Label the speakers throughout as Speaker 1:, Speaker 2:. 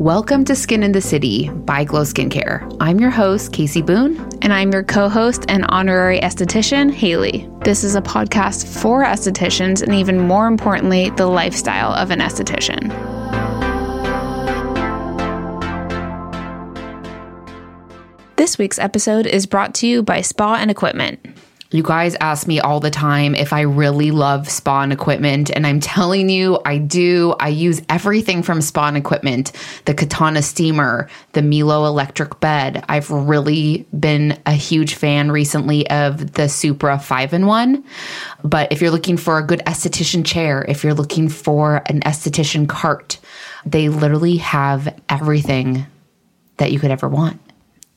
Speaker 1: Welcome to Skin in the City by Glow Skincare. I'm your host, Casey Boone.
Speaker 2: And I'm your co host and honorary esthetician, Haley. This is a podcast for estheticians and, even more importantly, the lifestyle of an esthetician. This week's episode is brought to you by Spa and Equipment.
Speaker 1: You guys ask me all the time if I really love spawn equipment, and I'm telling you, I do. I use everything from spawn equipment the katana steamer, the Milo electric bed. I've really been a huge fan recently of the Supra 5 in 1. But if you're looking for a good esthetician chair, if you're looking for an esthetician cart, they literally have everything that you could ever want.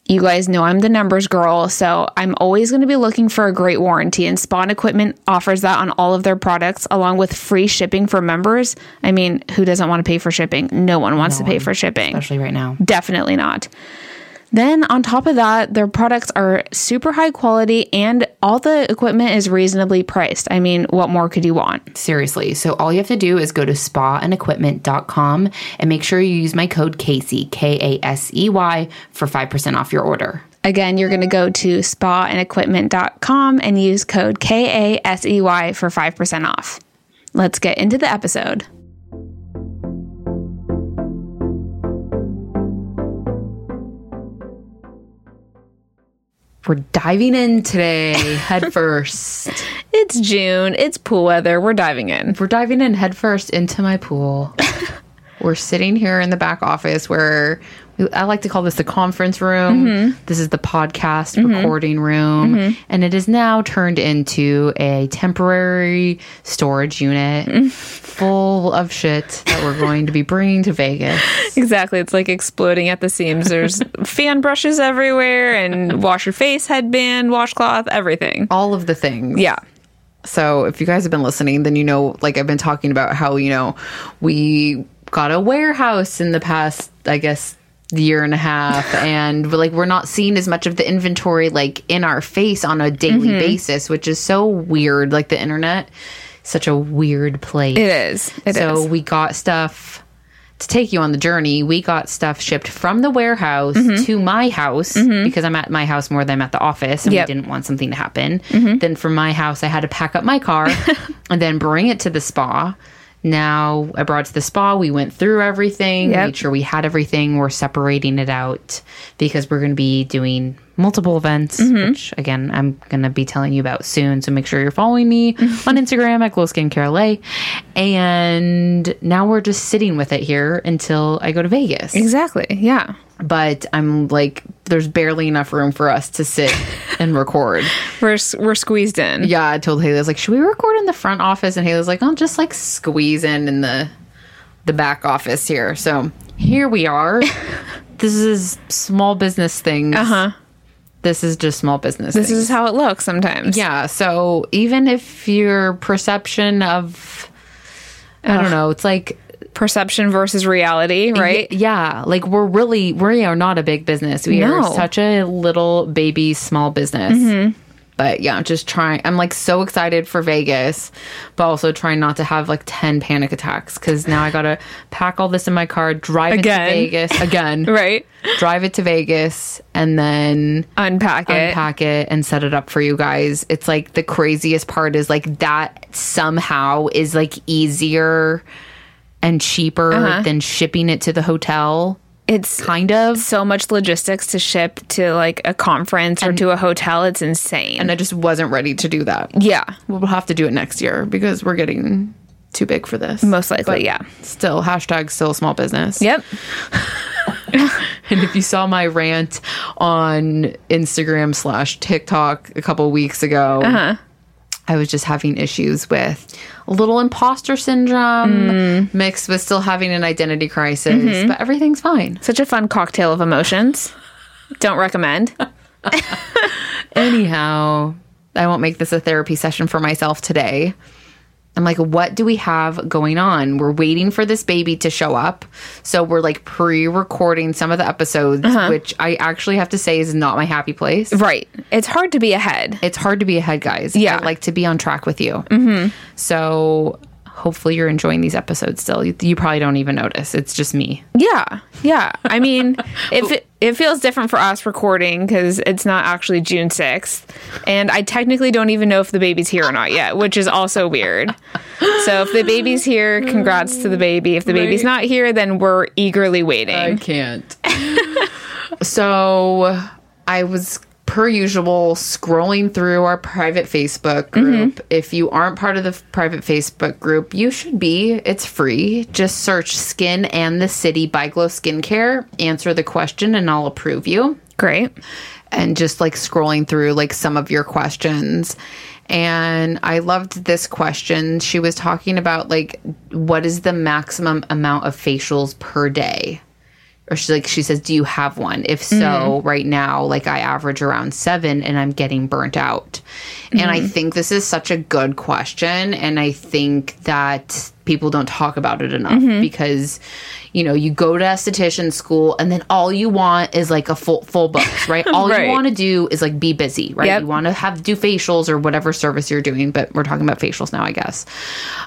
Speaker 2: You guys know I'm the numbers girl, so I'm always going to be looking for a great warranty, and Spawn Equipment offers that on all of their products, along with free shipping for members. I mean, who doesn't want to pay for shipping? No one wants to pay for shipping.
Speaker 1: Especially right now.
Speaker 2: Definitely not. Then, on top of that, their products are super high quality and all the equipment is reasonably priced. I mean, what more could you want?
Speaker 1: Seriously. So all you have to do is go to spaandequipment.com and make sure you use my code Casey, K A S E Y, for 5% off your order.
Speaker 2: Again, you're going to go to spaandequipment.com and use code K A S E Y for 5% off. Let's get into the episode.
Speaker 1: We're diving in today head first.
Speaker 2: It's June, it's pool weather, we're diving in.
Speaker 1: We're diving in head first into my pool. We're sitting here in the back office where we, I like to call this the conference room. This is the podcast recording room. And it is now turned into a temporary storage unit full of shit that we're going to be bringing to Vegas.
Speaker 2: Exactly. It's like exploding at the seams. There's fan brushes everywhere and wash your face headband, washcloth, everything.
Speaker 1: All of the things.
Speaker 2: Yeah.
Speaker 1: So if you guys have been listening, then you know, like I've been talking about how, you know, we got a warehouse in the past, I guess, year and a half. and we're, like, we're not seeing as much of the inventory like in our face on a daily
Speaker 2: Mm-hmm.
Speaker 1: basis, which is so weird. Like the internet, such a weird place.
Speaker 2: It is. It is.
Speaker 1: so we got stuff to take you on the journey. We got stuff shipped from the warehouse
Speaker 2: Mm-hmm.
Speaker 1: to my house because I'm at my house more than I'm at the office and
Speaker 2: Yep. Mm-hmm.
Speaker 1: we didn't want something to happen. Then from my house, I had to pack up my car and then bring it to the spa. Now I brought it to the spa. We went through everything,
Speaker 2: Yep.
Speaker 1: made sure we had everything. We're separating it out because we're going to be doing multiple events, which again, I'm going to be telling you about soon. So make sure you're following me on Instagram at Glow Skincare LA. And now we're just sitting with it here until I go to Vegas.
Speaker 2: Exactly. Yeah.
Speaker 1: But I'm like, there's barely enough room for us to sit and record.
Speaker 2: We're s- we're squeezed in.
Speaker 1: Yeah, I told Haley, I was like, should we record in the front office? And Haley's like, I'll just like squeeze in in the the back office here. So here we are. this is small business things. Uh huh. This is just small business.
Speaker 2: Uh-huh. This is how it looks sometimes.
Speaker 1: yeah. So even if your perception of, I don't know, it's like
Speaker 2: Perception versus reality, right?
Speaker 1: Y- yeah, like we're really we are not a big business. We
Speaker 2: No. Mm-hmm.
Speaker 1: are such a little baby small business. But yeah, I'm just trying. I'm like so excited for Vegas, but also trying not to have like ten panic attacks because now I gotta pack all this in my car, drive
Speaker 2: Again.
Speaker 1: it to Vegas again,
Speaker 2: Right?
Speaker 1: drive it to Vegas, and then
Speaker 2: Unpack it.
Speaker 1: unpack it and set it up for you guys. It's like the craziest part is like that somehow is like easier and cheaper than shipping it to the hotel.
Speaker 2: Uh-huh. It's
Speaker 1: Kind of.
Speaker 2: so much logistics to ship to like a conference or to a hotel. It's insane.
Speaker 1: And I just wasn't ready to do that.
Speaker 2: yeah.
Speaker 1: We'll have to do it next year because we're getting too big for this.
Speaker 2: Most likely, yeah.
Speaker 1: Still, hashtag still small business.
Speaker 2: Yep.
Speaker 1: And if you saw my rant on Instagram slash TikTok a couple weeks ago, I was just having issues with a little imposter syndrome mixed with still having an identity crisis, but everything's fine.
Speaker 2: Such a fun cocktail of emotions. Don't recommend.
Speaker 1: Anyhow, I won't make this a therapy session for myself today. I'm like, what do we have going on? We're waiting for this baby to show up. So we're like pre recording some of the episodes, which I actually have to say is not my happy place.
Speaker 2: Right. It's hard to be ahead.
Speaker 1: It's hard to be ahead, guys.
Speaker 2: Yeah.
Speaker 1: I like to be on track with you. Mm-hmm. So hopefully you're enjoying these episodes still. You, you probably don't even notice. It's just me.
Speaker 2: Yeah, yeah. I mean, if it, it feels different for us recording because it's not actually June sixth, and I technically don't even know if the baby's here or not yet, which is also weird. So if the baby's here, congrats to the baby. If the baby's
Speaker 1: Right.
Speaker 2: not here, then we're eagerly waiting.
Speaker 1: I can't. so I was per usual scrolling through our private Facebook group. If you aren't part of the f- private Facebook group, you should be. It's free. Just search Skin and the City by Glow Skincare, answer the question and I'll approve you
Speaker 2: Great.
Speaker 1: and just like scrolling through like some of your questions. And I loved this question. She was talking about like what is the maximum amount of facials per day? Or she like she says, Do you have one? If so,
Speaker 2: Mm-hmm.
Speaker 1: right now, like I average around seven and I'm getting burnt out. And
Speaker 2: Mm-hmm.
Speaker 1: I think this is such a good question. And I think that people don't talk about it enough
Speaker 2: Mm-hmm.
Speaker 1: because you know, you go to esthetician school and then all you want is like a full full box, right? All
Speaker 2: Right.
Speaker 1: you want to do is like be busy, right?
Speaker 2: Yep.
Speaker 1: You want to have do facials or whatever service you're doing, but we're talking about facials now, I guess.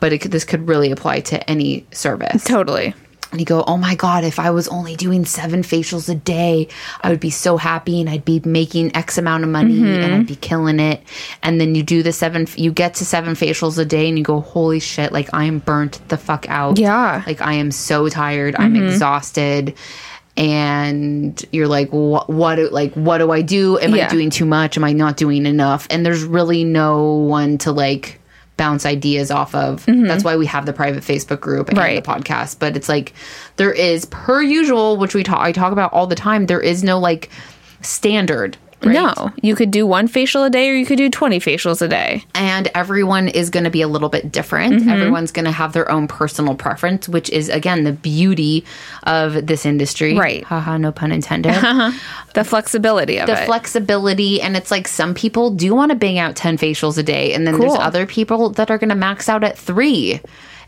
Speaker 1: But it could, this could really apply to any service.
Speaker 2: Totally.
Speaker 1: And you go, oh my God, if I was only doing seven facials a day, I would be so happy and I'd be making X amount of money and
Speaker 2: Mm-hmm.
Speaker 1: I'd be killing it. And then you do the seven, you get to seven facials a day and you go, holy shit, like I am burnt the fuck out.
Speaker 2: Yeah. Mm-hmm.
Speaker 1: Like I am so tired. I'm exhausted. And you're like, what, what, do- like, what do I do? Am
Speaker 2: Yeah.
Speaker 1: I doing too much? Am I not doing enough? And there's really no one to like bounce ideas off of. That's why we have the private Facebook group and
Speaker 2: Mm-hmm. Right.
Speaker 1: the podcast. But it's like there is, per usual, which we talk, I talk about all the time. There is no like standard. Right?
Speaker 2: No, you could do one facial a day or you could do 20 facials a day.
Speaker 1: and everyone is going to be a little bit different.
Speaker 2: Mm-hmm.
Speaker 1: Everyone's going to have their own personal preference, which is again the beauty of this industry.
Speaker 2: Right.
Speaker 1: Haha, no pun intended.
Speaker 2: The flexibility of
Speaker 1: the
Speaker 2: it.
Speaker 1: flexibility and it's like some people do want to bang out 10 facials a day and then
Speaker 2: Cool.
Speaker 1: there's other people that are going to max out at 3.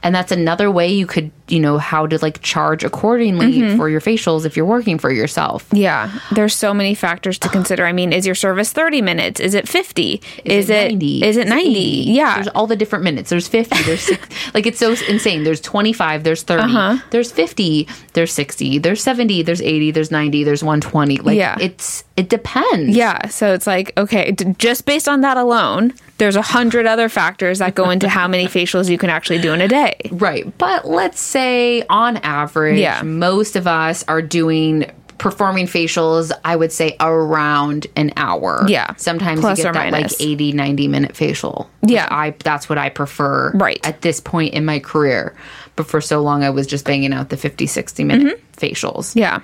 Speaker 1: And that's another way you could, you know, how to like charge accordingly
Speaker 2: Mm-hmm.
Speaker 1: for your facials if you're working for yourself.
Speaker 2: yeah, there's so many factors to consider. I mean, is your service 30 minutes? Is it 50? Is,
Speaker 1: it
Speaker 2: it
Speaker 1: 90?
Speaker 2: Is it 90? Yeah.
Speaker 1: There's all the different minutes. There's 50, there's six, like it's so insane. There's 25, there's 30,
Speaker 2: Uh-huh.
Speaker 1: there's 50, there's 60, there's 70, there's 80, there's 90, there's 120. Like
Speaker 2: Yeah.
Speaker 1: it's it depends.
Speaker 2: Yeah, so it's like, okay, d- just based on that alone, there's a hundred other factors that go into how many facials you can actually do in a day.
Speaker 1: Right. But let's say on average,
Speaker 2: Yeah.
Speaker 1: most of us are doing performing facials, I would say around an hour.
Speaker 2: Yeah.
Speaker 1: Sometimes
Speaker 2: Plus
Speaker 1: you
Speaker 2: or
Speaker 1: get that
Speaker 2: minus.
Speaker 1: like 80, 90 minute facial. which
Speaker 2: Yeah.
Speaker 1: I that's what I prefer
Speaker 2: Right.
Speaker 1: at this point in my career. But for so long I was just banging out the 50, 60 minute
Speaker 2: Mm-hmm.
Speaker 1: facials
Speaker 2: Yeah.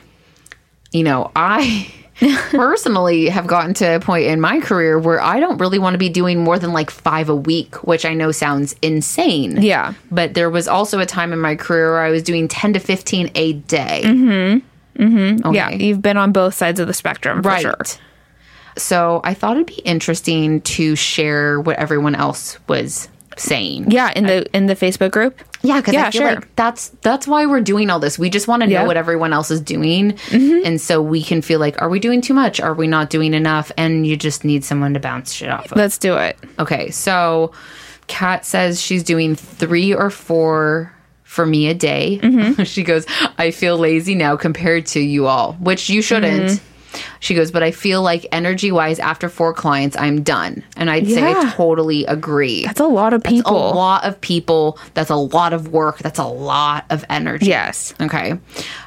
Speaker 1: you know, I personally have gotten to a point in my career where I don't really want to be doing more than like five a week, which I know sounds insane.
Speaker 2: Yeah.
Speaker 1: But there was also a time in my career where I was doing 10 to 15 a day. Mm-hmm. Mm-hmm.
Speaker 2: Yeah. You've been on both sides of the spectrum for
Speaker 1: Right.
Speaker 2: sure.
Speaker 1: So I thought it'd be interesting to share what everyone else was saying.
Speaker 2: Yeah, in the in the Facebook group.
Speaker 1: Yeah, because
Speaker 2: Yeah,
Speaker 1: I feel
Speaker 2: sure.
Speaker 1: like that's that's why we're doing all this. We just want to
Speaker 2: Yeah. Mm-hmm.
Speaker 1: know what everyone else is doing, and so we can feel like, are we doing too much? Are we not doing enough? And you just need someone to bounce shit off of.
Speaker 2: Let's do it.
Speaker 1: Okay, so Kat says she's doing three or four for me a day.
Speaker 2: Mm-hmm.
Speaker 1: she goes, I feel lazy now compared to you all, which you shouldn't.
Speaker 2: Mm-hmm.
Speaker 1: She goes, but I feel like energy wise, after four clients, I'm done. And I'd say
Speaker 2: Yeah.
Speaker 1: I totally agree.
Speaker 2: That's a lot of
Speaker 1: That's
Speaker 2: people.
Speaker 1: a lot of people. That's a lot of work. That's a lot of energy.
Speaker 2: Yes.
Speaker 1: Okay.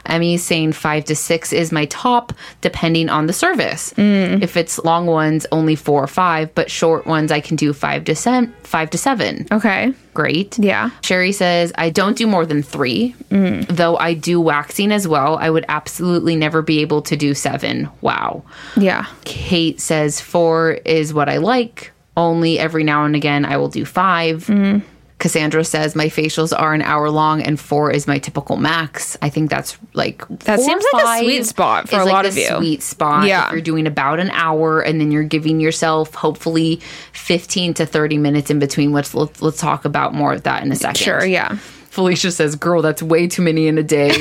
Speaker 1: Emmy's saying five to six is my top, depending on the service.
Speaker 2: Mm.
Speaker 1: If it's long ones, only four or five, but short ones, I can do five to seven. Five to seven.
Speaker 2: Okay.
Speaker 1: Great.
Speaker 2: Yeah.
Speaker 1: Sherry says, I don't do more than three,
Speaker 2: Mm.
Speaker 1: though I do waxing as well. I would absolutely never be able to do seven. Wow.
Speaker 2: Yeah.
Speaker 1: Kate says four is what I like. Only every now and again I will do five.
Speaker 2: Mm-hmm.
Speaker 1: Cassandra says my facials are an hour long and four is my typical max. I think that's like
Speaker 2: That
Speaker 1: four,
Speaker 2: seems like a
Speaker 1: five
Speaker 2: sweet spot for
Speaker 1: is
Speaker 2: a
Speaker 1: like
Speaker 2: lot
Speaker 1: the
Speaker 2: of you.
Speaker 1: Sweet spot.
Speaker 2: Yeah.
Speaker 1: if you're doing about an hour and then you're giving yourself hopefully fifteen to thirty minutes in between. Which let's let's talk about more of that in a second.
Speaker 2: Sure, yeah.
Speaker 1: Felicia says, "Girl, that's way too many in a day.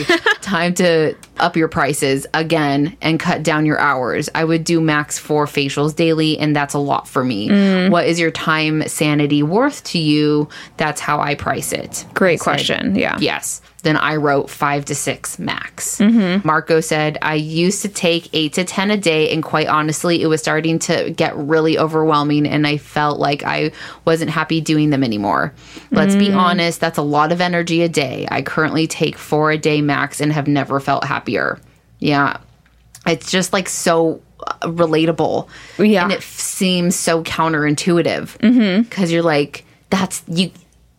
Speaker 1: Time to up your prices again and cut down your hours. I would do max four facials daily, and that's a lot for me.
Speaker 2: Mm.
Speaker 1: What is your time sanity worth to you? That's how I price it.
Speaker 2: Great question. Yeah.
Speaker 1: Yes. Then I wrote five to six max.
Speaker 2: Mm-hmm.
Speaker 1: Marco said, I used to take eight to 10 a day, and quite honestly, it was starting to get really overwhelming, and I felt like I wasn't happy doing them anymore. Let's
Speaker 2: Mm.
Speaker 1: be honest, that's a lot of energy a day. I currently take four a day max and have never felt happier. Yeah. It's just like so uh, relatable.
Speaker 2: Yeah.
Speaker 1: And it f- seems so counterintuitive because
Speaker 2: Mm-hmm.
Speaker 1: you're like, that's you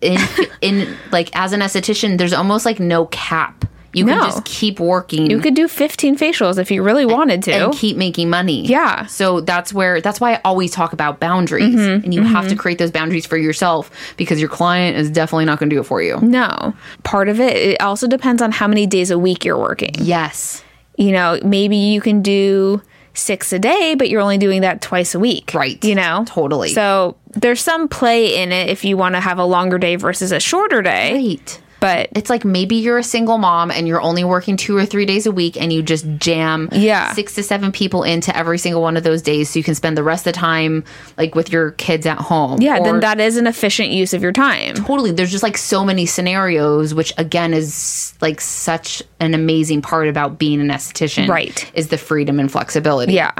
Speaker 1: in in like as an esthetician, there's almost like no cap. You can
Speaker 2: No.
Speaker 1: just keep working
Speaker 2: You could do 15 facials if you really wanted to.
Speaker 1: and keep making money.
Speaker 2: Yeah. Mm-hmm.
Speaker 1: So that's where that's why I always talk about boundaries, and you have to create those boundaries for yourself because your client is definitely not going to do it for you.
Speaker 2: no. Part of it, it also depends on how many days a week you're working.
Speaker 1: Yes.
Speaker 2: You know, maybe you can do six a day, but you're only doing that twice a week.
Speaker 1: Right.
Speaker 2: You know?
Speaker 1: Totally.
Speaker 2: So there's some play in it if you want to have a longer day versus a shorter day.
Speaker 1: Right.
Speaker 2: But
Speaker 1: It's like maybe you're a single mom and you're only working two or three days a week and you just jam
Speaker 2: Yeah.
Speaker 1: six to seven people into every single one of those days so you can spend the rest of the time like with your kids at home.
Speaker 2: yeah,
Speaker 1: Or-
Speaker 2: then that is an efficient use of your time.
Speaker 1: totally there's just like so many scenarios which again is like such an amazing part about being an esthetician
Speaker 2: Right.
Speaker 1: is the freedom and flexibility
Speaker 2: Yeah.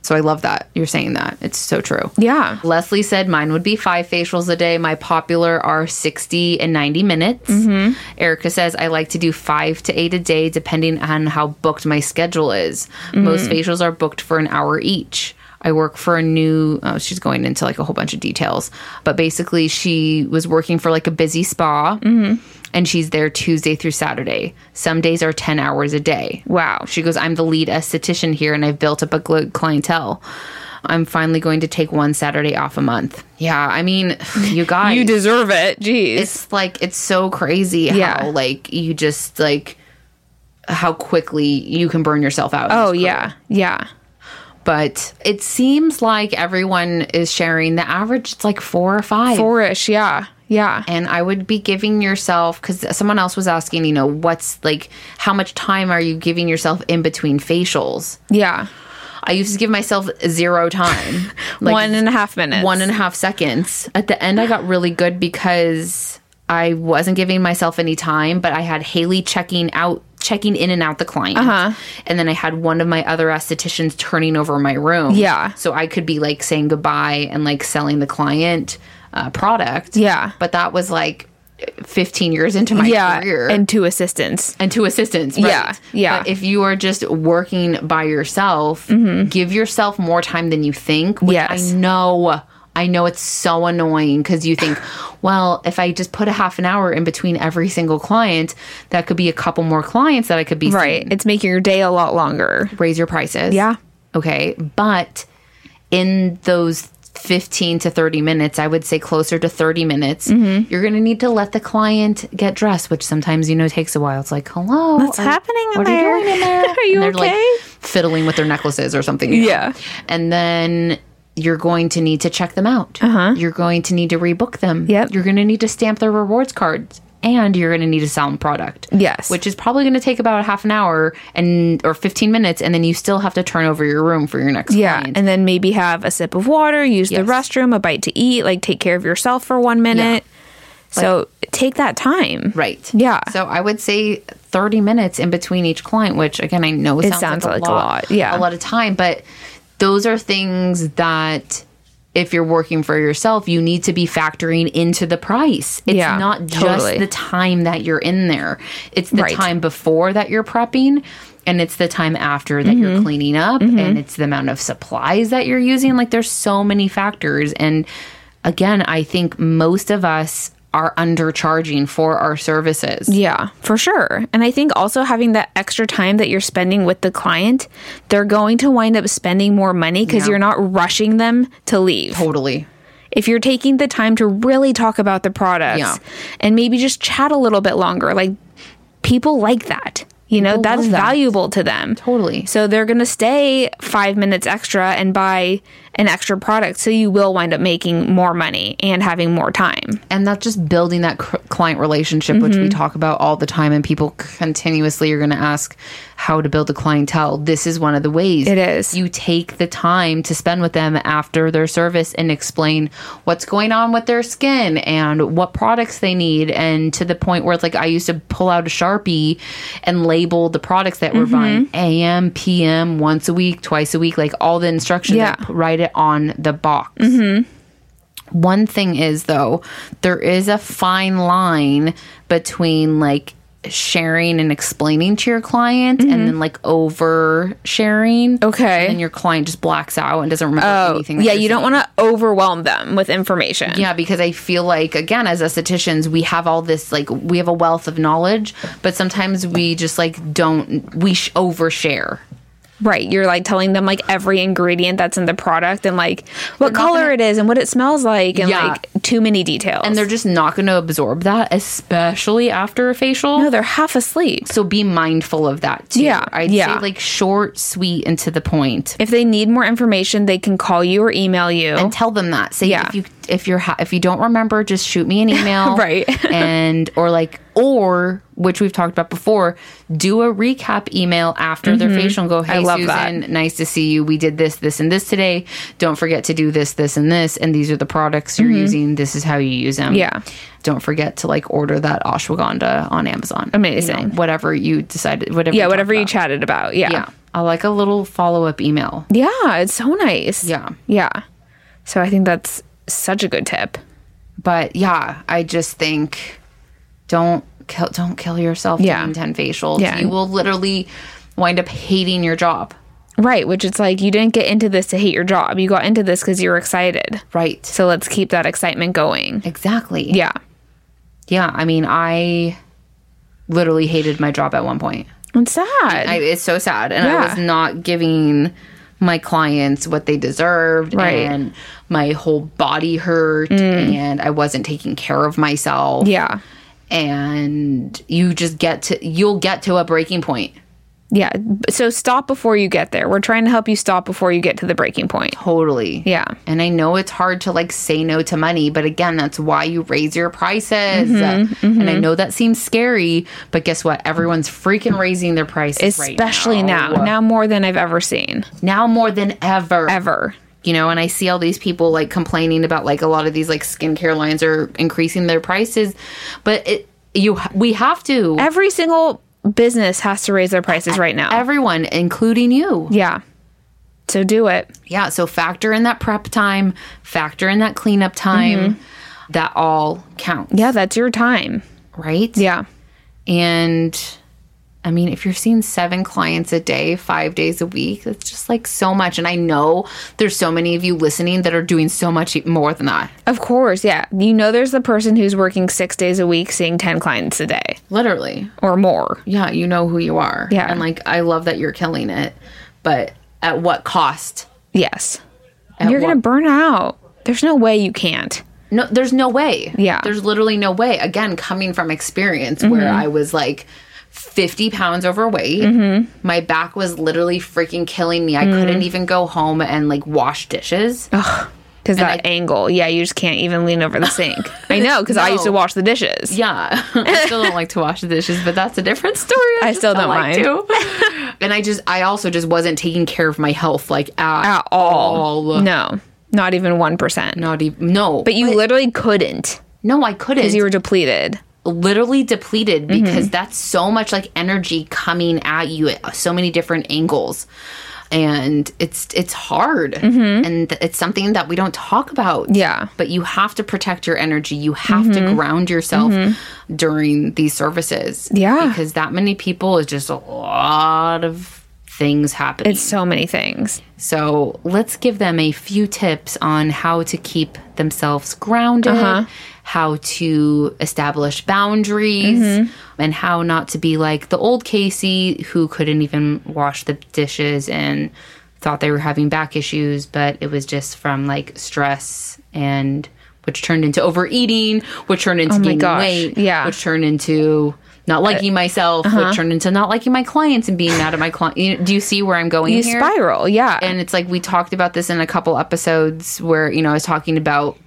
Speaker 1: so i love that you're saying that it's so true
Speaker 2: Yeah.
Speaker 1: leslie said mine would be five facials a day my popular are 60 and 90 minutes
Speaker 2: Mm-hmm.
Speaker 1: erica says i like to do five to eight a day depending on how booked my schedule is most
Speaker 2: Mm-hmm.
Speaker 1: facials are booked for an hour each I work for a new, oh, she's going into like a whole bunch of details, but basically she was working for like a busy spa
Speaker 2: Mm-hmm.
Speaker 1: and she's there Tuesday through Saturday. Some days are 10 hours a day.
Speaker 2: Wow.
Speaker 1: She goes, I'm the lead esthetician here and I've built up a good clientele. I'm finally going to take one Saturday off a month. Yeah, I mean, you guys
Speaker 2: You deserve it. Jeez.
Speaker 1: it's like it's so crazy how
Speaker 2: Yeah.
Speaker 1: like you just like how quickly you can burn yourself out. in
Speaker 2: oh,
Speaker 1: this career.
Speaker 2: yeah. Yeah.
Speaker 1: But it seems like everyone is sharing the average it's like 4 or 5.
Speaker 2: Fourish. Yeah. Yeah.
Speaker 1: and I would be giving yourself because someone else was asking, you know, what's like, how much time are you giving yourself in between facials?
Speaker 2: Yeah.
Speaker 1: I used to give myself zero time, like
Speaker 2: one and a half minutes.
Speaker 1: one and a half seconds. At the end, I got really good because I wasn't giving myself any time, but I had Haley checking out. Checking in and out the client,
Speaker 2: Uh-huh.
Speaker 1: and then I had one of my other estheticians turning over my room,
Speaker 2: Yeah.
Speaker 1: so I could be like saying goodbye and like selling the client uh, product,
Speaker 2: Yeah.
Speaker 1: But that was like 15 years into my
Speaker 2: yeah.
Speaker 1: career,
Speaker 2: And two assistants.
Speaker 1: and two assistants. Right?
Speaker 2: Yeah, yeah.
Speaker 1: But if you are just working by yourself, give yourself more time than you think. Which
Speaker 2: Mm-hmm. Yes.
Speaker 1: I know. I know it's so annoying because you think, well, if I just put a half an hour in between every single client, that could be a couple more clients that I could be
Speaker 2: Right.
Speaker 1: seeing.
Speaker 2: It's making your day a lot longer.
Speaker 1: Raise your prices.
Speaker 2: Yeah.
Speaker 1: Okay. But in those 15 to 30 minutes, I would say closer to 30 minutes,
Speaker 2: Mm-hmm.
Speaker 1: you're going to need to let the client get dressed, which sometimes, you know, takes a while. It's like, hello.
Speaker 2: What's happening in
Speaker 1: what
Speaker 2: there?
Speaker 1: are you doing in there?
Speaker 2: Are
Speaker 1: and
Speaker 2: you
Speaker 1: they're
Speaker 2: okay?
Speaker 1: like fiddling with their necklaces or something. you know?
Speaker 2: Yeah.
Speaker 1: And then you're going to need to check them out. Uh-huh. You're going to need to rebook them.
Speaker 2: Yep.
Speaker 1: You're going to need to stamp their rewards cards. And you're going to need to sell them product.
Speaker 2: Yes.
Speaker 1: Which is probably going to take about half an hour and or 15 minutes. And then you still have to turn over your room for your next
Speaker 2: Yeah.
Speaker 1: client.
Speaker 2: And then maybe have a sip of water, use the
Speaker 1: Yes.
Speaker 2: restroom, a bite to eat, like take care of yourself for one minute. So take that time.
Speaker 1: Right.
Speaker 2: Yeah.
Speaker 1: So I would say 30 minutes in between each client, which again, I know sounds,
Speaker 2: sounds
Speaker 1: like, a, lot,
Speaker 2: yeah.
Speaker 1: A lot of time, but those are things that if you're working for yourself, you need to be factoring into the price. It's
Speaker 2: Yeah,
Speaker 1: not just
Speaker 2: totally.
Speaker 1: the time that you're in there. It's the
Speaker 2: Right.
Speaker 1: time before that you're prepping and it's the time after that you're cleaning up and it's the amount of supplies that you're using. Like there's so many factors and again, I think most of us are undercharging for our services.
Speaker 2: Yeah, for sure. And I think also having that extra time that you're spending with the client, they're going to wind up spending more money because
Speaker 1: Yeah.
Speaker 2: you're not rushing them to leave.
Speaker 1: Totally.
Speaker 2: If you're taking the time to really talk about the products
Speaker 1: Yeah.
Speaker 2: and maybe just chat a little bit longer, like people like that. You know,
Speaker 1: People
Speaker 2: that's
Speaker 1: love that.
Speaker 2: valuable to them.
Speaker 1: Totally.
Speaker 2: So they're going to stay five minutes extra and buy an extra product. So you will wind up making more money and having more time.
Speaker 1: and that's just building that cr- client relationship which
Speaker 2: Mm-hmm.
Speaker 1: we talk about all the time and people continuously are going to ask how to build a clientele this is one of the ways
Speaker 2: It is.
Speaker 1: you take the time to spend with them after their service and explain what's going on with their skin and what products they need and to the point where like i used to pull out a sharpie and label the products that
Speaker 2: Mm-hmm.
Speaker 1: we're buying am pm once a week twice a week like all the instructions
Speaker 2: Yeah.
Speaker 1: and write it on the box one thing is though, there is a fine line between like sharing and explaining to your client and then like over sharing.
Speaker 2: Mm-hmm. Okay. Oh,
Speaker 1: And then your client just blacks out and doesn't remember anything. that
Speaker 2: yeah,
Speaker 1: you're
Speaker 2: you don't
Speaker 1: saying.
Speaker 2: want to overwhelm them with information.
Speaker 1: Yeah, because I feel like again as estheticians, we have all this like we have a wealth of knowledge, but sometimes we just like don't we sh- overshare.
Speaker 2: Right. You're like telling them like every ingredient that's in the product and like
Speaker 1: They're
Speaker 2: what
Speaker 1: not
Speaker 2: color
Speaker 1: gonna-
Speaker 2: it is and what it smells like and
Speaker 1: Yeah.
Speaker 2: like too many details.
Speaker 1: And they're just not going to absorb that, especially after a facial.
Speaker 2: no, they're half asleep.
Speaker 1: So be mindful of that too.
Speaker 2: Yeah,
Speaker 1: I'd
Speaker 2: yeah.
Speaker 1: say like short, sweet, and to the point.
Speaker 2: If they need more information, they can call you or email you.
Speaker 1: And tell them that. Say
Speaker 2: Yeah.
Speaker 1: if you if you're ha- if you don't remember, just shoot me an email,
Speaker 2: Right.
Speaker 1: and or like or which we've talked about before, do a recap email after their facial and go, "Hey,
Speaker 2: Mm-hmm. love that.
Speaker 1: Susan, nice to see you. We did this, this, and this today. Don't forget to do this, this, and this. And these are the products you're using. This is how you use them.
Speaker 2: Mm-hmm. Yeah.
Speaker 1: Don't forget to like order that ashwagandha on Amazon. You know,
Speaker 2: Amazing.
Speaker 1: whatever you decided. Whatever.
Speaker 2: yeah,
Speaker 1: talked
Speaker 2: whatever you
Speaker 1: about.
Speaker 2: chatted about. Yeah.
Speaker 1: Yeah. I like a little follow up email.
Speaker 2: Yeah, it's so nice.
Speaker 1: Yeah.
Speaker 2: Yeah. So I think that's such a good tip.
Speaker 1: But yeah, I just think don't kill don't kill yourself
Speaker 2: Yeah.
Speaker 1: doing 10 facials.
Speaker 2: Yeah.
Speaker 1: You will literally wind up hating your job.
Speaker 2: Right, which it's like you didn't get into this to hate your job. You got into this because you were excited.
Speaker 1: Right.
Speaker 2: So let's keep that excitement going.
Speaker 1: exactly.
Speaker 2: Yeah.
Speaker 1: Yeah, I mean, I literally hated my job at one point.
Speaker 2: It's sad.
Speaker 1: I, it's so sad and
Speaker 2: Yeah.
Speaker 1: I was not giving my clients what they deserved
Speaker 2: Right. Mm.
Speaker 1: and my whole body hurt and I wasn't taking care of myself.
Speaker 2: yeah.
Speaker 1: and you just get to you'll get to a breaking point
Speaker 2: Yeah. So stop before you get there. We're trying to help you stop before you get to the breaking point.
Speaker 1: totally
Speaker 2: Yeah.
Speaker 1: and i know it's hard to like say no to money but again that's why you raise your prices and i know that seems scary but guess what everyone's freaking raising their prices right
Speaker 2: Especially now. now. more than I've ever seen.
Speaker 1: now more than ever
Speaker 2: Ever.
Speaker 1: you know and i see all these people like complaining about like a lot of these like skincare lines are increasing their prices but it you we have to
Speaker 2: Every single business has to raise their
Speaker 1: E-
Speaker 2: prices right now.
Speaker 1: everyone including you
Speaker 2: yeah. So do it.
Speaker 1: Yeah, so factor in that prep time, factor in that cleanup time. That all counts,
Speaker 2: Yeah, that's your time.
Speaker 1: right?
Speaker 2: Yeah.
Speaker 1: And I mean, if you're seeing seven clients a day, five days a week, that's just like so much. And I know there's so many of you listening that are doing so much e, more than that.
Speaker 2: Of course, yeah. You know there's the person who's working 6 days a week seeing 10 clients a day
Speaker 1: Literally.
Speaker 2: or more.
Speaker 1: Yeah, you know who you are.
Speaker 2: Yeah.
Speaker 1: And like, I love that you're killing it, but at what cost?
Speaker 2: Yes.
Speaker 1: At
Speaker 2: You're going to
Speaker 1: what-
Speaker 2: burn out. There's no way you can't.
Speaker 1: No, there's no way.
Speaker 2: Yeah. Mm-hmm.
Speaker 1: There's literally no way. Again, coming from experience where I was like 50 pounds overweight,
Speaker 2: Mm-hmm.
Speaker 1: my back was literally freaking killing me. I
Speaker 2: Mm.
Speaker 1: couldn't even go home and like wash dishes.
Speaker 2: Because that angle, yeah, you just can't even lean over the sink. I know, because I used to
Speaker 1: No.
Speaker 2: wash the dishes.
Speaker 1: Yeah. I still don't like to wash the dishes, but that's a different story.
Speaker 2: I
Speaker 1: just
Speaker 2: still don't mind.
Speaker 1: to. and I just, I also just wasn't taking care of my health like at,
Speaker 2: At all. No, not even 1%.
Speaker 1: Not even, Oh. no.
Speaker 2: But you literally couldn't
Speaker 1: no, I couldn't.
Speaker 2: because you were depleted.
Speaker 1: literally depleted because
Speaker 2: Mm-hmm.
Speaker 1: that's so much like energy coming at you at so many different angles and it's it's hard and th- it's something that we don't talk about
Speaker 2: Mm-hmm. Yeah. Mm-hmm.
Speaker 1: but you have to protect your energy you have to ground yourself during these services
Speaker 2: Yeah.
Speaker 1: because that many people is just a lot of things happening
Speaker 2: It's so many things.
Speaker 1: so let's give them a few tips on how to keep themselves grounded,
Speaker 2: Uh-huh.
Speaker 1: how to establish boundaries,
Speaker 2: Mm-hmm.
Speaker 1: and how not to be like the old Casey who couldn't even wash the dishes and thought they were having back issues, but it was just from like stress and which turned into overeating, which turned into
Speaker 2: Oh my
Speaker 1: gaining
Speaker 2: gosh,
Speaker 1: weight,
Speaker 2: yeah. Uh, uh-huh.
Speaker 1: which turned into not liking myself, which turned into not liking my clients and being mad at my client. You know, do you see where I'm going
Speaker 2: You
Speaker 1: here?
Speaker 2: spiral, yeah.
Speaker 1: and it's like we talked about this in a couple episodes where you know I was talking about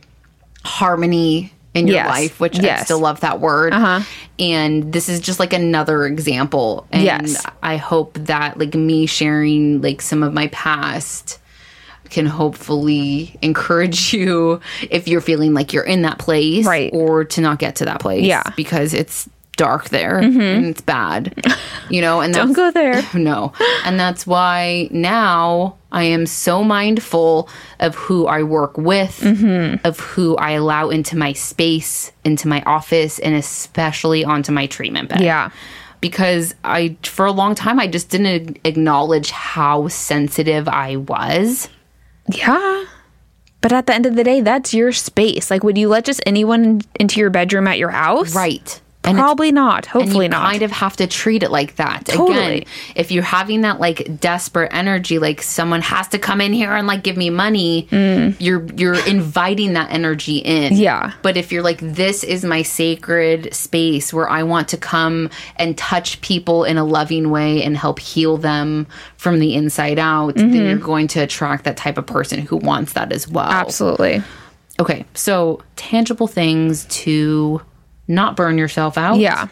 Speaker 1: harmony in your
Speaker 2: Yes.
Speaker 1: life, which I
Speaker 2: Yes. Uh-huh.
Speaker 1: still love that word. And this is just like another example. And
Speaker 2: Yes.
Speaker 1: I hope that like me sharing like some of my past can hopefully encourage you if you're feeling like you're in that place
Speaker 2: Right.
Speaker 1: or to not get to that place.
Speaker 2: Yeah. Mm-hmm.
Speaker 1: Because it's dark there and it's bad. You know, and
Speaker 2: Don't
Speaker 1: that's-
Speaker 2: go there.
Speaker 1: no. And that's why now I am so mindful of who I work with,
Speaker 2: Mm-hmm.
Speaker 1: of who I allow into my space, into my office, and especially onto my treatment bed.
Speaker 2: Yeah.
Speaker 1: Because I, for a long time, I just didn't acknowledge how sensitive I was.
Speaker 2: Yeah. But at the end of the day, that's your space. Like, would you let just anyone in- into your bedroom at your house?
Speaker 1: Right. And it's
Speaker 2: Probably not. Hopefully
Speaker 1: you
Speaker 2: not.
Speaker 1: kind of have to treat it like that. Again,
Speaker 2: Totally.
Speaker 1: if you're having that like desperate energy, like someone has to come in here and like give me money, you're you're inviting that energy in.
Speaker 2: Mm. Yeah.
Speaker 1: But if you're like, this is my sacred space where I want to come and touch people in a loving way and help heal them from the inside out,
Speaker 2: Mm-hmm.
Speaker 1: then you're going to attract that type of person who wants that as well.
Speaker 2: Absolutely.
Speaker 1: Okay, so tangible things to not burn yourself out.
Speaker 2: Yeah.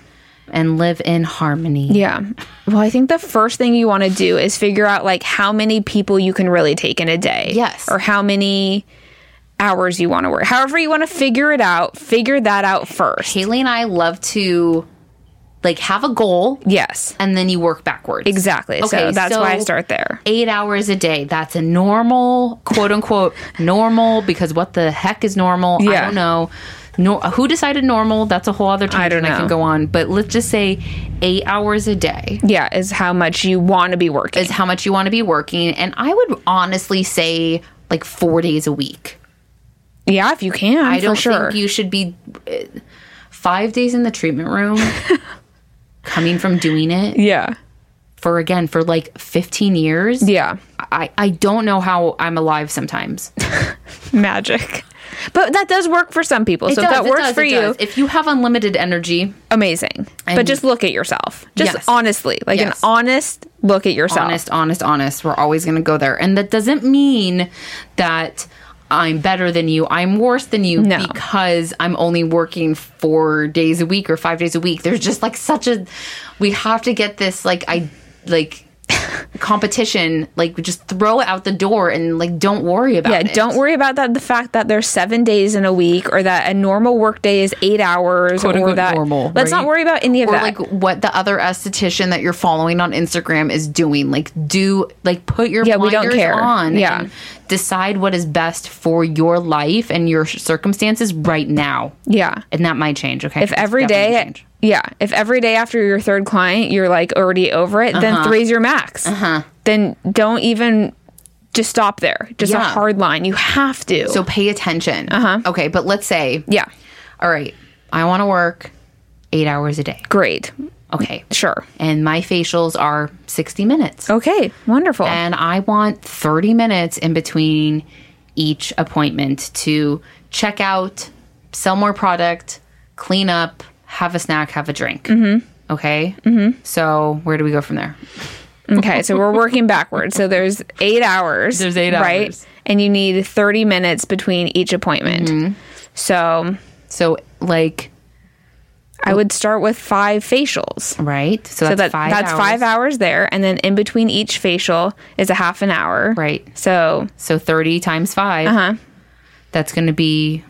Speaker 1: And live in harmony.
Speaker 2: Yeah. Well, I think the first thing you want to do is figure out like how many people you can really take in a day.
Speaker 1: Yes.
Speaker 2: Or how many hours you want to work. However you want to figure it out, figure that out first.
Speaker 1: Haley and I love to like have a goal
Speaker 2: Yes.
Speaker 1: and then you work backwards.
Speaker 2: Exactly.
Speaker 1: Okay,
Speaker 2: so that's why I
Speaker 1: so-
Speaker 2: start there.
Speaker 1: Eight hours a day. That's a normal, quote unquote, normal, because what the heck is normal? I
Speaker 2: Yeah.
Speaker 1: don't know. No, who decided normal? That's a whole other tangent I,
Speaker 2: don't
Speaker 1: I can
Speaker 2: know.
Speaker 1: go on. But let's just say eight hours a day.
Speaker 2: Yeah, is how much you want to be working.
Speaker 1: is how much you want to be working. And I would honestly say like four days a week.
Speaker 2: yeah, if you can,
Speaker 1: I don't
Speaker 2: for sure.
Speaker 1: think you should be eh, five days in the treatment room coming from doing it
Speaker 2: yeah.
Speaker 1: for again for like 15 years.
Speaker 2: Yeah.
Speaker 1: I, I don't know how I'm alive sometimes.
Speaker 2: Magic. But that does work for some people. so if that
Speaker 1: it
Speaker 2: works for
Speaker 1: it
Speaker 2: you,
Speaker 1: does. If you have unlimited energy,
Speaker 2: amazing. but just look at yourself. Just
Speaker 1: Yes.
Speaker 2: honestly, like
Speaker 1: Yes.
Speaker 2: an honest look at yourself.
Speaker 1: honest, honest, honest, we're always going to go there. And that doesn't mean that I'm better than you, I'm worse than you
Speaker 2: No.
Speaker 1: because I'm only working 4 days a week or 5 days a week. There's just like such a we have to get this like I like competition like just throw it out the door and like don't worry about
Speaker 2: Yeah,
Speaker 1: it.
Speaker 2: don't worry about that. The fact that there's seven days in a week, or that a normal work day is eight hours,
Speaker 1: Quote,
Speaker 2: or
Speaker 1: unquote,
Speaker 2: that
Speaker 1: normal,
Speaker 2: Let's
Speaker 1: right?
Speaker 2: not worry about any of
Speaker 1: or
Speaker 2: that.
Speaker 1: like what the other esthetician that you're following on Instagram is doing. Like do like put your
Speaker 2: Yeah, we don't
Speaker 1: blinders
Speaker 2: care.
Speaker 1: on.
Speaker 2: Yeah.
Speaker 1: and decide what is best for your life and your circumstances right now.
Speaker 2: yeah,
Speaker 1: And that might change. Okay,
Speaker 2: if every day, yeah, if every day after your third client you're like already over it, then three's your max. Uh-huh. Then don't even just stop there. Just a
Speaker 1: Yeah.
Speaker 2: hard line. You have to.
Speaker 1: so pay attention. Uh huh. Okay, but let's say
Speaker 2: Uh-huh. yeah,
Speaker 1: All right, I want to work eight hours a day.
Speaker 2: great.
Speaker 1: Okay,
Speaker 2: Sure.
Speaker 1: and my facials are sixty minutes.
Speaker 2: Okay, wonderful.
Speaker 1: and I want 30 minutes in between each appointment to check out, sell more product, clean up, have a snack, have a drink. Mm-hmm. Okay. Mm-hmm. So where do we go from there?
Speaker 2: Okay, so we're working backwards. So there's eight hours.
Speaker 1: There's eight hours.
Speaker 2: And you need 30 minutes between each appointment.
Speaker 1: Mm-hmm.
Speaker 2: So
Speaker 1: So like
Speaker 2: I would start with five facials.
Speaker 1: right. So,
Speaker 2: So
Speaker 1: that's
Speaker 2: that,
Speaker 1: five.
Speaker 2: that's
Speaker 1: hours.
Speaker 2: five hours there. And then in between each facial is a half an hour.
Speaker 1: Right.
Speaker 2: So,
Speaker 1: So 30 times 5
Speaker 2: Uh-huh.
Speaker 1: That's going to be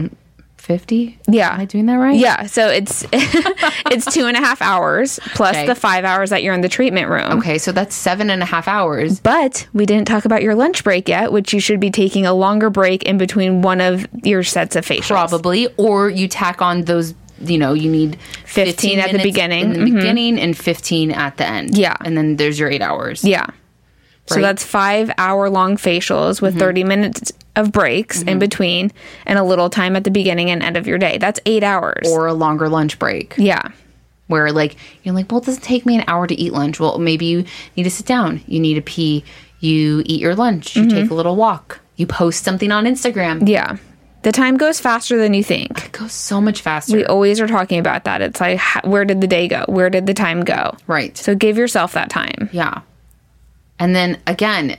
Speaker 1: 150.
Speaker 2: Yeah.
Speaker 1: Am I doing that right?
Speaker 2: yeah. So it's it's two and a half hours plus
Speaker 1: Okay.
Speaker 2: the five hours that you're in the treatment room.
Speaker 1: Okay. So that's seven and a half hours.
Speaker 2: But we didn't talk about your lunch break yet, which you should be taking a longer break in between one of your sets of facials.
Speaker 1: probably or you tack on those you know you need 15,
Speaker 2: 15 at the
Speaker 1: minutes
Speaker 2: beginning. Mm-hmm.
Speaker 1: in the beginning and 15 at the end
Speaker 2: Yeah.
Speaker 1: and then there's your eight hours
Speaker 2: Yeah. So
Speaker 1: Right.
Speaker 2: that's five hour long facials
Speaker 1: Mm-hmm.
Speaker 2: with 30 minutes of breaks in between and a little time at the beginning and end of your day. That's eight hours.
Speaker 1: or a longer lunch break
Speaker 2: yeah.
Speaker 1: where like you're like well it doesn't take me an hour to eat lunch well maybe you need to sit down you need to pee you eat your lunch you take a little walk you post something on instagram
Speaker 2: Mm-hmm. Yeah. The time goes faster than you think.
Speaker 1: It goes so much faster.
Speaker 2: We always are talking about that. It's like, ha- where did the day go? Where did the time go?
Speaker 1: right.
Speaker 2: So give yourself that time.
Speaker 1: yeah. And then again,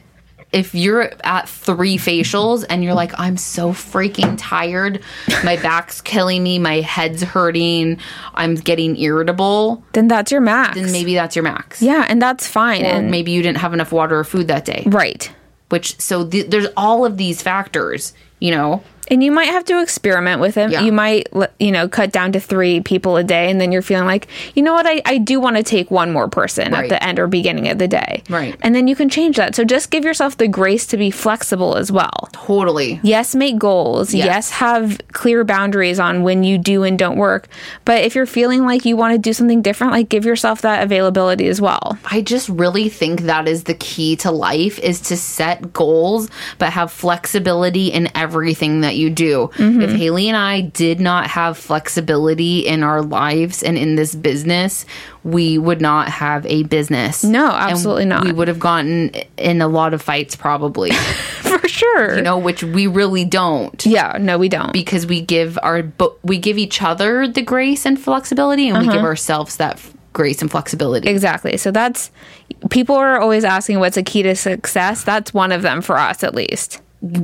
Speaker 1: if you're at three facials and you're like, I'm so freaking tired, my back's killing me, my head's hurting, I'm getting irritable,
Speaker 2: Then that's your max.
Speaker 1: then maybe that's your max.
Speaker 2: yeah, and that's fine.
Speaker 1: Or
Speaker 2: and
Speaker 1: maybe you didn't have enough water or food that day.
Speaker 2: right.
Speaker 1: Which, so th- there's all of these factors, you know?
Speaker 2: And you might have to experiment with them.
Speaker 1: Yeah.
Speaker 2: You might, l- you know, cut down to three people a day, and then you're feeling like, you know what, I, I do want to take one more person
Speaker 1: Right.
Speaker 2: at the end or beginning of the day.
Speaker 1: Right.
Speaker 2: And then you can change that. So just give yourself the grace to be flexible as well.
Speaker 1: Totally.
Speaker 2: Yes, make goals. Yes. have clear boundaries on when you do and don't work. But if you're feeling like you want to do something different, like give yourself that availability as well.
Speaker 1: I just really think that is the key to life is to set goals but have flexibility in everything that you do.
Speaker 2: Mm-hmm.
Speaker 1: If Haley and I did not have flexibility in our lives and in this business, we would not have a business.
Speaker 2: No,
Speaker 1: And
Speaker 2: absolutely not.
Speaker 1: We would have gotten in a lot of fights probably.
Speaker 2: For sure.
Speaker 1: you know, which we really don't
Speaker 2: yeah, no, we don't.
Speaker 1: because we give our bo- we give each other the grace and flexibility and
Speaker 2: Uh-huh.
Speaker 1: we give ourselves that f- grace and flexibility.
Speaker 2: Exactly. So that's people are always asking what's a key to success. That's one of them for us at least.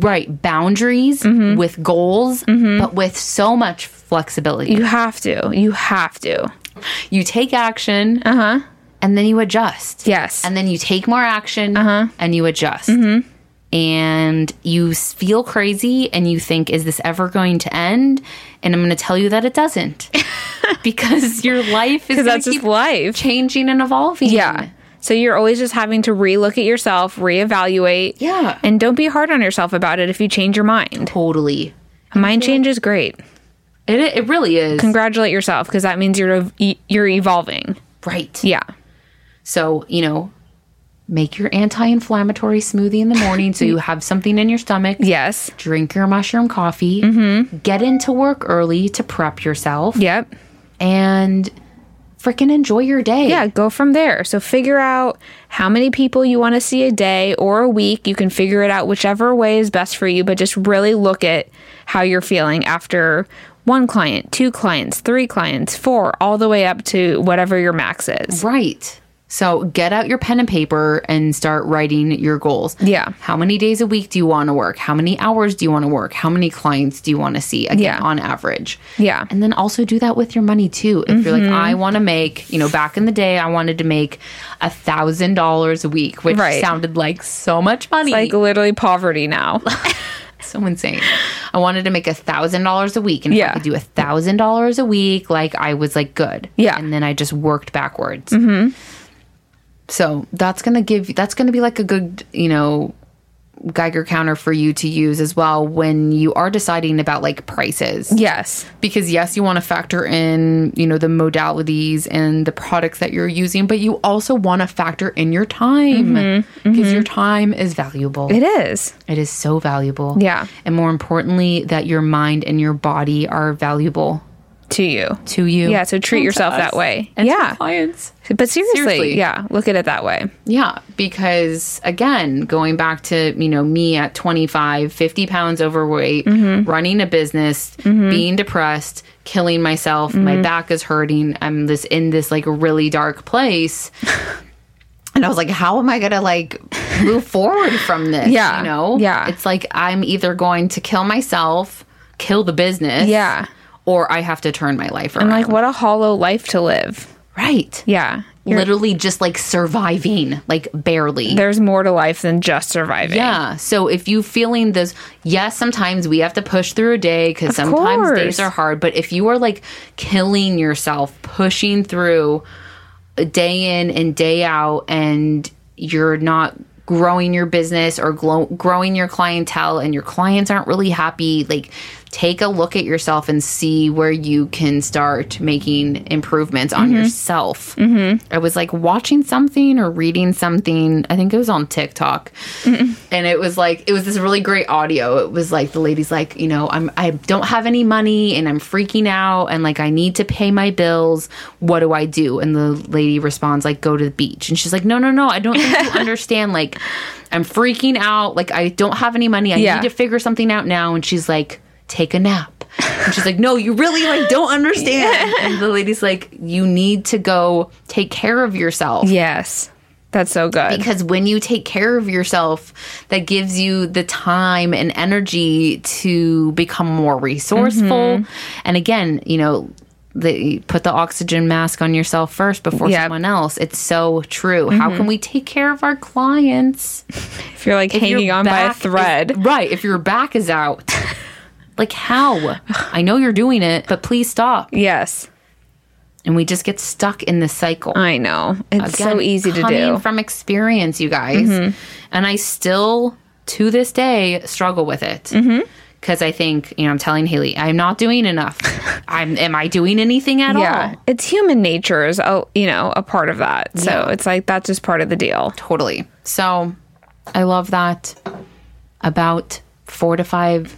Speaker 1: right boundaries
Speaker 2: Mm-hmm.
Speaker 1: with goals but with so much flexibility
Speaker 2: You have to. You have to.
Speaker 1: you take action uh-huh and then you adjust
Speaker 2: Yes. Mm-hmm.
Speaker 1: and then you take more action uh-huh and you adjust and you s- feel crazy and you think is this ever going to end and i'm going to tell you that it doesn't because your life is
Speaker 2: Because
Speaker 1: going
Speaker 2: that's
Speaker 1: to
Speaker 2: just
Speaker 1: keep
Speaker 2: life.
Speaker 1: changing and evolving
Speaker 2: Yeah. So you're always just having to relook at yourself, reevaluate.
Speaker 1: Yeah.
Speaker 2: And don't be hard on yourself about it if you change your mind.
Speaker 1: totally
Speaker 2: Mind change is great.
Speaker 1: it, it really is
Speaker 2: Congratulate yourself because that means you're ev- e- you're evolving.
Speaker 1: right
Speaker 2: Yeah.
Speaker 1: So, you know, make your anti inflammatory smoothie in the morning so you have something in your stomach.
Speaker 2: Yes.
Speaker 1: Drink your mushroom coffee. Get into work early to prep yourself
Speaker 2: Yep.
Speaker 1: and freaking enjoy your day.
Speaker 2: yeah, go from there. So figure out how many people you want to see a day or a week. You can figure it out whichever way is best for you, but just really look at how you're feeling after one client, two clients, three clients, four, all the way up to whatever your max is.
Speaker 1: Right. So, get out your pen and paper and start writing your goals.
Speaker 2: Yeah.
Speaker 1: How many days a week do you want to work? How many hours do you want to work? How many clients do you want to see again,
Speaker 2: Yeah.
Speaker 1: on average?
Speaker 2: Yeah. Mm-hmm.
Speaker 1: And then also do that with your money too. If you're like, I want to make, you know, back in the day, I wanted to make a thousand dollars a week, which
Speaker 2: Right.
Speaker 1: sounded like so much money.
Speaker 2: Like literally poverty now.
Speaker 1: so insane. I wanted to make a thousand dollars a week, and if
Speaker 2: Yeah.
Speaker 1: I could do a thousand dollars a week, like I was like good.
Speaker 2: Yeah. Mm-hmm.
Speaker 1: And then I just worked backwards. So that's gonna give that's gonna be like a good you know Geiger counter for you to use as well when you are deciding about like prices
Speaker 2: yes.
Speaker 1: because yes you want to factor in you know the modalities and the products that you're using but you also want to factor in your time because
Speaker 2: Mm-hmm.
Speaker 1: your time is valuable
Speaker 2: It is.
Speaker 1: it is so valuable
Speaker 2: Yeah.
Speaker 1: and more importantly that your mind and your body are valuable
Speaker 2: To you.
Speaker 1: to you
Speaker 2: Yeah, so treat
Speaker 1: And to
Speaker 2: yourself that
Speaker 1: us.
Speaker 2: way.
Speaker 1: and to
Speaker 2: Yeah.
Speaker 1: clients
Speaker 2: But seriously,
Speaker 1: Seriously.
Speaker 2: yeah, look at it that way.
Speaker 1: yeah because again going back to you know me at 25 50 pounds overweight
Speaker 2: Mm-hmm.
Speaker 1: running a business being depressed killing myself
Speaker 2: Mm-hmm.
Speaker 1: my back is hurting i'm this in this like really dark place and i was like how am i gonna like move forward from this
Speaker 2: Yeah.
Speaker 1: you know
Speaker 2: Yeah.
Speaker 1: it's like i'm either going to kill myself kill the business
Speaker 2: Yeah.
Speaker 1: or i have to turn my life around
Speaker 2: And like what a hollow life to live.
Speaker 1: right
Speaker 2: Yeah. You're-
Speaker 1: literally just like surviving like barely
Speaker 2: there's more to life than just surviving.
Speaker 1: Yeah. So if you feeling those, yes, sometimes we have to push through a day because sometimes
Speaker 2: course.
Speaker 1: days are hard. But if you are like killing yourself, pushing through uh, day in and day out, and you're not growing your business or glo- growing your clientele, and your clients aren't really happy, like take a look at yourself and see where you can start making improvements on yourself. I was like watching something or reading something. I think it was on TikTok. And it was like it was this really great audio. It was like the lady's like, you know, I'm I don't have any money and I'm freaking out and like I need to pay my bills. What do I do? And the lady responds like go to the beach. And she's like, "No, no, no. I don't think you understand like I'm freaking out. Like I don't have any money. I
Speaker 2: Yeah.
Speaker 1: need to figure something out now." And she's like take a nap. And she's like, no, you really like don't understand. And the lady's like, you need to go take care of yourself.
Speaker 2: Yes. That's so good.
Speaker 1: Because when you take care of yourself, that gives you the time and energy to become more resourceful.
Speaker 2: Mm-hmm.
Speaker 1: And again, you know, the, you put the oxygen mask on yourself first before
Speaker 2: Yep. Mm-hmm.
Speaker 1: someone else. It's so true. How can we take care of our clients?
Speaker 2: if you're like
Speaker 1: If your
Speaker 2: hanging on by a
Speaker 1: back is-
Speaker 2: thread.
Speaker 1: right. If your back is out, like how? I know you're doing it, but please stop.
Speaker 2: yes.
Speaker 1: And we just get stuck in this cycle.
Speaker 2: I know. It's so
Speaker 1: Again,
Speaker 2: easy to
Speaker 1: coming
Speaker 2: do. Mm-hmm.
Speaker 1: from experience, you guys. And I still, to this day, struggle with it.
Speaker 2: Mm-hmm.
Speaker 1: Because I think, you know, I'm telling Haley, I'm not doing enough. I'm, am I doing anything at
Speaker 2: yeah.
Speaker 1: all?
Speaker 2: It's human nature is oh, you know, a part of that. So
Speaker 1: Yeah.
Speaker 2: it's like that's just part of the deal.
Speaker 1: Totally. So I love that. About four to five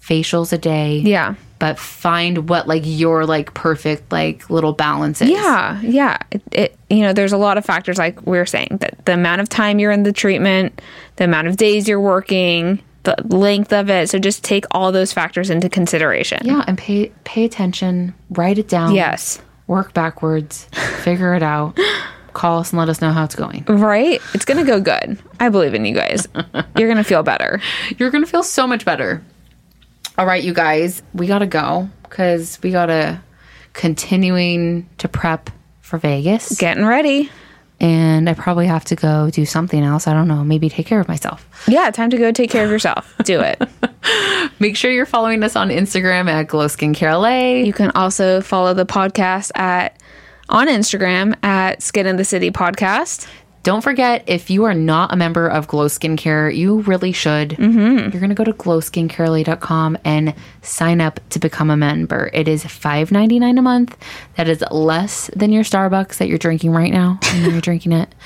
Speaker 1: facials a day.
Speaker 2: Yeah.
Speaker 1: But find what like your like perfect like little balance is.
Speaker 2: Yeah, yeah. It, it, you know, there's a lot of factors like we were saying that the amount of time you're in the treatment, the amount of days you're working, the length of it. So just take all those factors into consideration.
Speaker 1: Yeah, and pay pay attention, write it down.
Speaker 2: Yes.
Speaker 1: Work backwards, figure it out. Call us and let us know how it's going.
Speaker 2: Right? It's going to go good. I believe in you guys. You're going to feel better.
Speaker 1: You're going to feel so much better. All right, you guys, we got to go cuz we got to continuing to prep for Vegas.
Speaker 2: Getting ready.
Speaker 1: And I probably have to go do something else. I don't know, maybe take care of myself.
Speaker 2: Yeah, time to go take care of yourself. Do it.
Speaker 1: Make sure you're following us on Instagram at Glow Skincare LA.
Speaker 2: You can also follow the podcast at on Instagram at Skin in the City Podcast.
Speaker 1: Don't forget, if you are not a member of Glow Skincare, you really should. You're going to go to glowskincarely.com and sign up to become a member. It is $5.99 a month. That is less than your Starbucks that you're drinking right now. I know you're drinking it.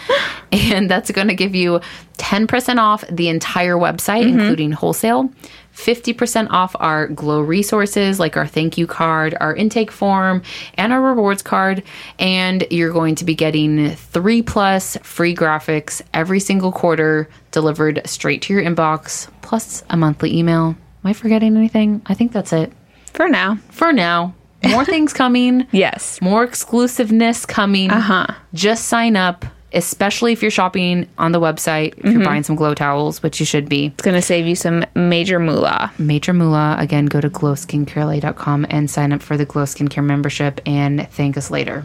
Speaker 1: And that's going to give you 10% off the entire website, including wholesale. 50% off our glow resources like our thank you card, our intake form, and our rewards card. And you're going to be getting three plus free graphics every single quarter delivered straight to your inbox, plus a monthly email. Am I forgetting anything? I think that's it
Speaker 2: For now.
Speaker 1: for now. More things coming.
Speaker 2: Yes.
Speaker 1: More exclusiveness coming. Uh huh. Just sign up, especially if you're shopping on the website, if you're buying some glow towels, which you should be.
Speaker 2: It's going to save you some major moolah.
Speaker 1: Major Moolah. Again, go to glowskincarelay.com and sign up for the Glow Skincare membership and thank us later.